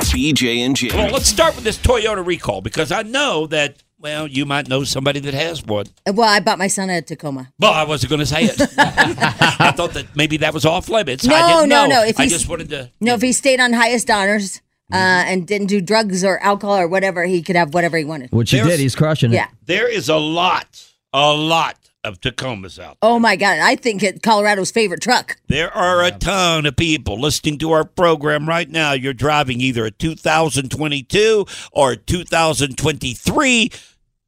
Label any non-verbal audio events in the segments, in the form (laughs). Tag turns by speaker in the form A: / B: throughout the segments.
A: BJ and Jamie.
B: Well, let's start with this Toyota recall because I know that, well, you might know somebody that has one.
C: Well, I bought my son a Tacoma.
B: Well, I wasn't going to
C: (laughs)
B: say it. I thought that maybe that was off limits. I
C: No,
B: didn't
C: no,
B: know.
C: no, if
B: I
C: he's-
B: just wanted to.
C: No, if he stayed on highest honors
B: Mm-hmm.
C: uh, and didn't do drugs or alcohol or whatever, he could have whatever he wanted.
D: Which he
B: There's-
D: did. He's crushing it.
C: Yeah.
B: There is a lot, a lot of Tacomas out
C: Oh my God, I think it's Colorado's favorite truck.
B: There are a ton of people listening to our program right now. You're driving either a 2022 or a 2023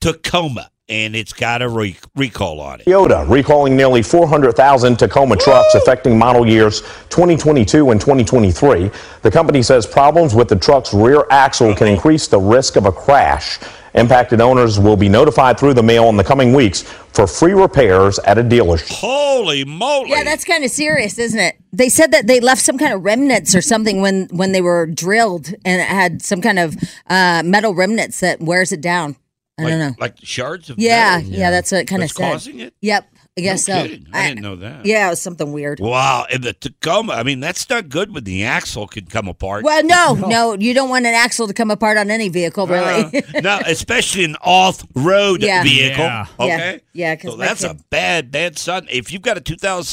B: Tacoma, and it's got a re- recall on it.
E: Toyota recalling nearly 400,000 Tacoma trucks affecting model years 2022 and 2023. The company says problems with the truck's rear axle can increase the risk of a crash. Impacted owners will be notified through the mail in the coming weeks for free repairs at a dealership.
B: Holy moly!
C: Yeah, that's kind of serious, isn't it? They said that they left some kind of remnants or something when when they were drilled, and it had some kind of uh, metal remnants that wears it down. I
B: like,
C: don't know.
B: Like shards of
C: Yeah,
B: metal?
C: yeah, that's what it kind of
B: That's
C: said.
B: causing it?
C: Yep, I
B: No
C: guess so.
B: kidding. I, didn't know that.
C: Yeah, it was something weird.
B: Wow, and the Tacoma. I mean, that's not good when the axle can come apart.
C: Well, no, no, you don't want an axle to come apart on any vehicle, really. (laughs)
D: (laughs)
B: Uh, no, especially an off-road
C: Yeah.
B: vehicle.
D: Yeah.
B: Okay.
C: Yeah, yeah, 'cause
B: so
C: my
B: that's a
C: kid-
B: bad, bad sign. If you've got a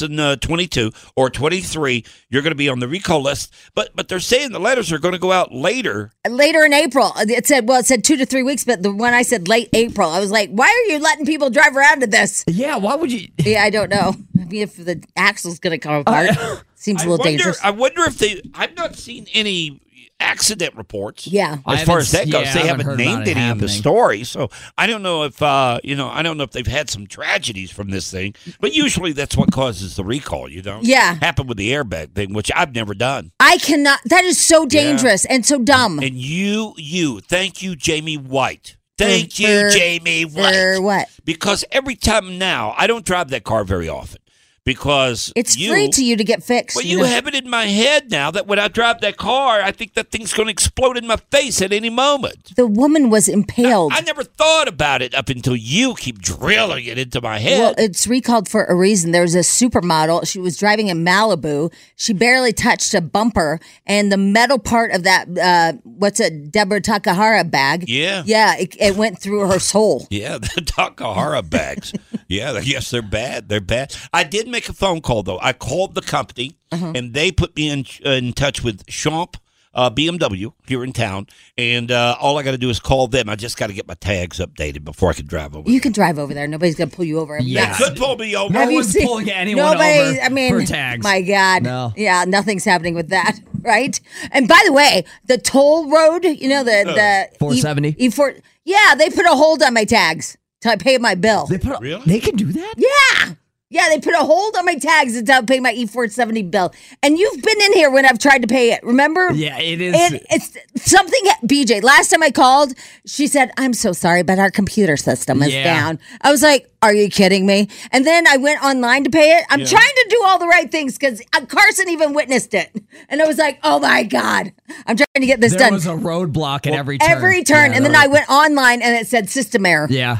B: 2022 or 23, you're going to be on the recall list. But but they're saying the letters are going to go out later.
C: Later in April, Uh, it said, well, it said two to three weeks, but the one I said late April, I was like, why are you letting people drive around
B: (laughs)
C: to this?
D: Yeah. Why would you?
C: Yeah, I don't know. (laughs) I mean, if the axle's going to come apart, seems
B: Uh, (laughs)
C: a
B: I
C: little
B: wonder. uh,
C: dangerous.
B: I wonder if they. I've not seen any accident reports.
C: yeah.
D: I
B: As far
D: haven't
B: as that
D: s-
B: goes,
D: yeah, I
B: they
D: haven't
B: haven't
D: heard about
B: named any
D: it
B: of the
D: happening.
B: stories, so I don't know if uh, you know. I don't know if they've had some tragedies from this thing, but usually that's what causes the recall. You know,
C: Yeah.
B: happened with the airbag thing, which I've never done.
C: I cannot. That is so dangerous and so dumb.
B: And you, you, thank you, Jamie White. Thank you,
C: For-
B: Jamie White.
C: for what?
B: Because every time now, I don't drive that car very often because
C: It's free to you to get fixed.
B: Well, you
C: you know?
B: have it in my head now that when I drive that car, I think that thing's going to explode in my face at any moment.
C: the woman was impaled.
B: I never thought about it up until you keep drilling it into my head. (laughs)
C: Well, it's recalled for a reason. There was a supermodel. She was driving in Malibu. She barely touched a bumper, and the metal part of that, uh, what's it, Deborah Takahara bag?
B: Yeah.
C: Yeah, it, it went through her soul.
B: yeah, (laughs) the Takahara bags. yeah, they- yes, they're bad. They're bad. I did make a phone call though. I called the company,
C: Uh-huh.
B: and they put me in uh, in touch with Champ. Uh, BMW here in town, and uh, all I got to do is call them. I just got to get my tags updated before I can drive over.
C: You can drive over there. Nobody's going to pull you over.
D: Yeah.
B: Could pull me over.
D: Have No you one's pulling anyone over
C: I mean,
D: for tags.
C: My God.
D: No.
C: Yeah, nothing's happening with that, (laughs) right? And by the way, the toll road, you know, the. the E-
D: 470?
C: E, four, yeah, they put a hold on my tags till I pay my bill.
D: They put. A,
B: Really?
D: They can do that.
C: Yeah. Yeah, they put a hold on my tags until I pay my E470 bill. And you've been in here when I've tried to pay it, remember?
D: Yeah, it is.
C: It, it's something, BJ. Last time I called, she said, I'm so sorry, but our computer system is
D: Yeah.
C: down. I was like, Are you kidding me? And then I went online to pay it. I'm trying to do all the right things because Carson even witnessed it. And I was like, Oh my God, I'm trying to get this
D: there
C: done.
D: was a roadblock at every turn.
C: Every turn.
D: Yeah,
C: and then
D: there
C: I
D: was-
C: went online and it said system error.
D: Yeah.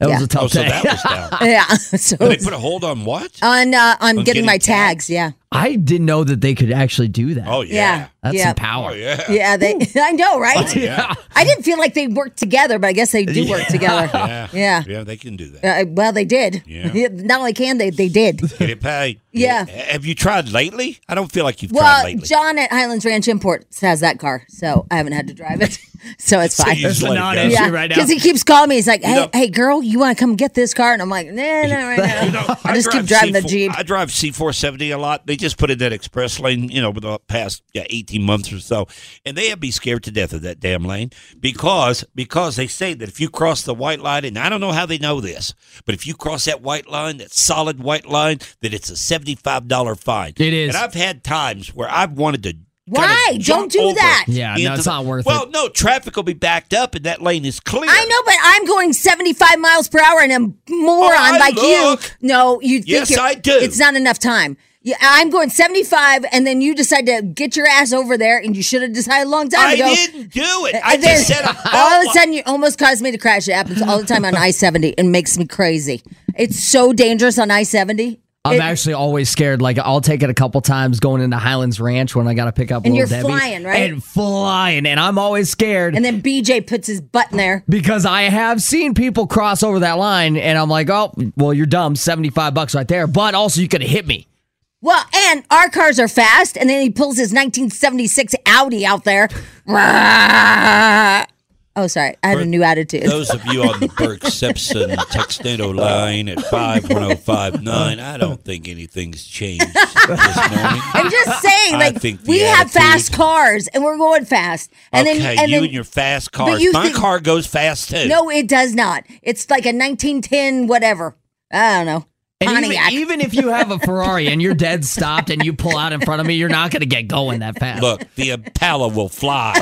D: That
C: Yeah.
D: was a tough
B: Oh, so
D: day.
B: that was down.
C: (laughs) Yeah. so
B: they put a hold on what?
C: on, uh, on getting,
B: getting
C: my
B: tags?
C: tags. Yeah.
D: (laughs) I didn't know that they could actually do that.
B: oh
C: Yeah.
B: yeah.
D: That's
C: yeah.
D: some power.
B: Oh
C: (laughs)
B: yeah.
C: Yeah, they. I know, right?
D: Yeah.
C: I didn't feel like they worked together, but I guess they do work together. Yeah.
B: Yeah. Yeah, they can do that.
C: Uh, well, they did.
B: Yeah.
C: (laughs) Not only can they, they did.
B: Get it paid.
C: Yeah.
B: Have you tried lately? I don't feel like you've tried
C: Well,
B: lately.
C: John at Highlands Ranch Imports has that car, so I haven't had to drive it, (laughs) so it's fine.
B: you just
D: It's
B: let
D: a
B: it go.
D: non-issue
C: yeah,
D: right now.
C: because he keeps calling me. He's like, "Hey,
B: know-
C: hey, girl, you want to come get this car?" And I'm like, "Nah, not right now."
B: You know,
C: (laughs) I just keep
B: drive
C: driving the
B: C4
C: Jeep.
B: I drive C470 a lot. They just put in that express lane, you know, over the past yeah, 18 months or so. And they have me scared to death of that damn lane because because they say that if you cross the white line, and I don't know how they know this, but if you cross that white line, that solid white line, that it's a $75 fine.
D: It is.
B: And I've had times where I've wanted to.
C: Why?
B: kinda
C: Don't
B: jump
C: do
B: over
C: that.
D: Yeah, no,
B: into
D: it's
B: the-
D: not worth
B: well,
D: it.
B: no, traffic will be backed up and that lane is clear.
C: I know, but I'm going 75 miles per hour and a moron
B: Oh, I
C: like
B: look.
C: you. No, you think
B: Yes,
C: you're-
B: I do.
C: It's not enough time. Yeah, I'm going 75, and then you decide to get your ass over there, and you should have decided a long time
B: I
C: ago.
B: didn't do it. I
C: And then
B: just said I
C: Uh, (laughs) all of a
B: thought-
C: sudden you almost caused me
B: (laughs)
C: to crash. It happens all the time on I seventy. It makes me crazy. It's so dangerous on I seventy.
D: I'm
C: It-
D: actually always scared. Like I'll take it a couple times going into Highlands Ranch when I got to pick up.
C: And
D: Little
C: you're
D: Debbie.
C: flying, right?
D: And flying, and I'm always scared
C: And then BJ puts his butt in there.
D: because I have seen people cross over that line, and I'm like, oh, well, you're dumb. Seventy five bucks right there, but also you could have hit me.
C: Well, and our cars are fast. And then he pulls his 1976 Audi out there. (laughs) oh, sorry. I had a new attitude.
B: Those of you on the Burke Simpson Textado line at 51059, I don't think anything's changed this morning.
C: (laughs)
B: (laughs)
C: I'm just saying,
B: I
C: like,
B: think the
C: we have
B: attitude-
C: fast cars and we're going fast. And
B: okay,
C: then, and
B: you
C: then,
B: and your fast cars.
C: you
B: My
C: think-
B: car goes fast too.
C: no, it does not. It's like a 1910, whatever. I don't know.
D: And even,
C: Pontiac.
D: even if you have a Ferrari and you're dead stopped and you pull out in front of me, you're not going to get going that fast.
B: Look, the Impala will
C: (laughs)
B: fly.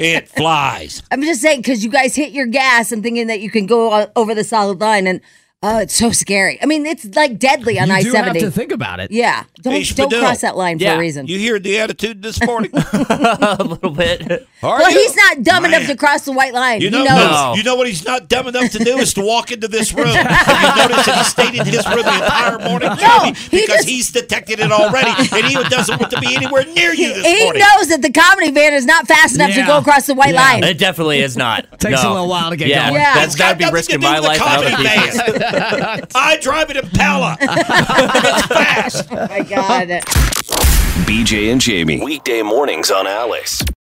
B: it flies.
C: I'm just saying because you guys hit your gas and thinking that you can go o- over the solid line, and oh, it's so scary. I mean, it's like deadly on
D: you
C: I
D: do have to
C: seventy.
D: think about it.
C: Yeah, don't
B: Hey,
C: don't
B: Spadil.
C: cross that line
D: Yeah,
C: for a reason.
B: You hear the attitude this morning?
A: a little bit.
B: Are
C: well,
B: you?
C: he's not dumb
B: Man.
C: enough to cross the white line.
B: You know,
C: he knows.
A: No.
B: you know what he's not dumb enough to do is to walk into this
C: (laughs)
B: room. Have you noticed that he stayed in his room the entire morning, Jamie?
C: he
B: because
C: just-
B: he's detected it already, and he doesn't want to be anywhere near you this
C: He
B: morning.
C: knows that the comedy van is not fast enough to
D: Yeah.
C: go across the white
D: Yeah.
C: line.
A: (laughs) It definitely is not.
D: Takes a
A: No.
D: little while to get
A: yeah,
D: going.
C: Yeah.
A: That's
B: It's
A: got
B: got
A: to be
B: nothing
A: risking
B: do
A: my
B: with the
A: life and other
B: comedy
A: people's.
B: van. I drive an Impala.
C: (laughs) Oh my God. (laughs)
F: BJ and Jamie. Weekday mornings on Alice.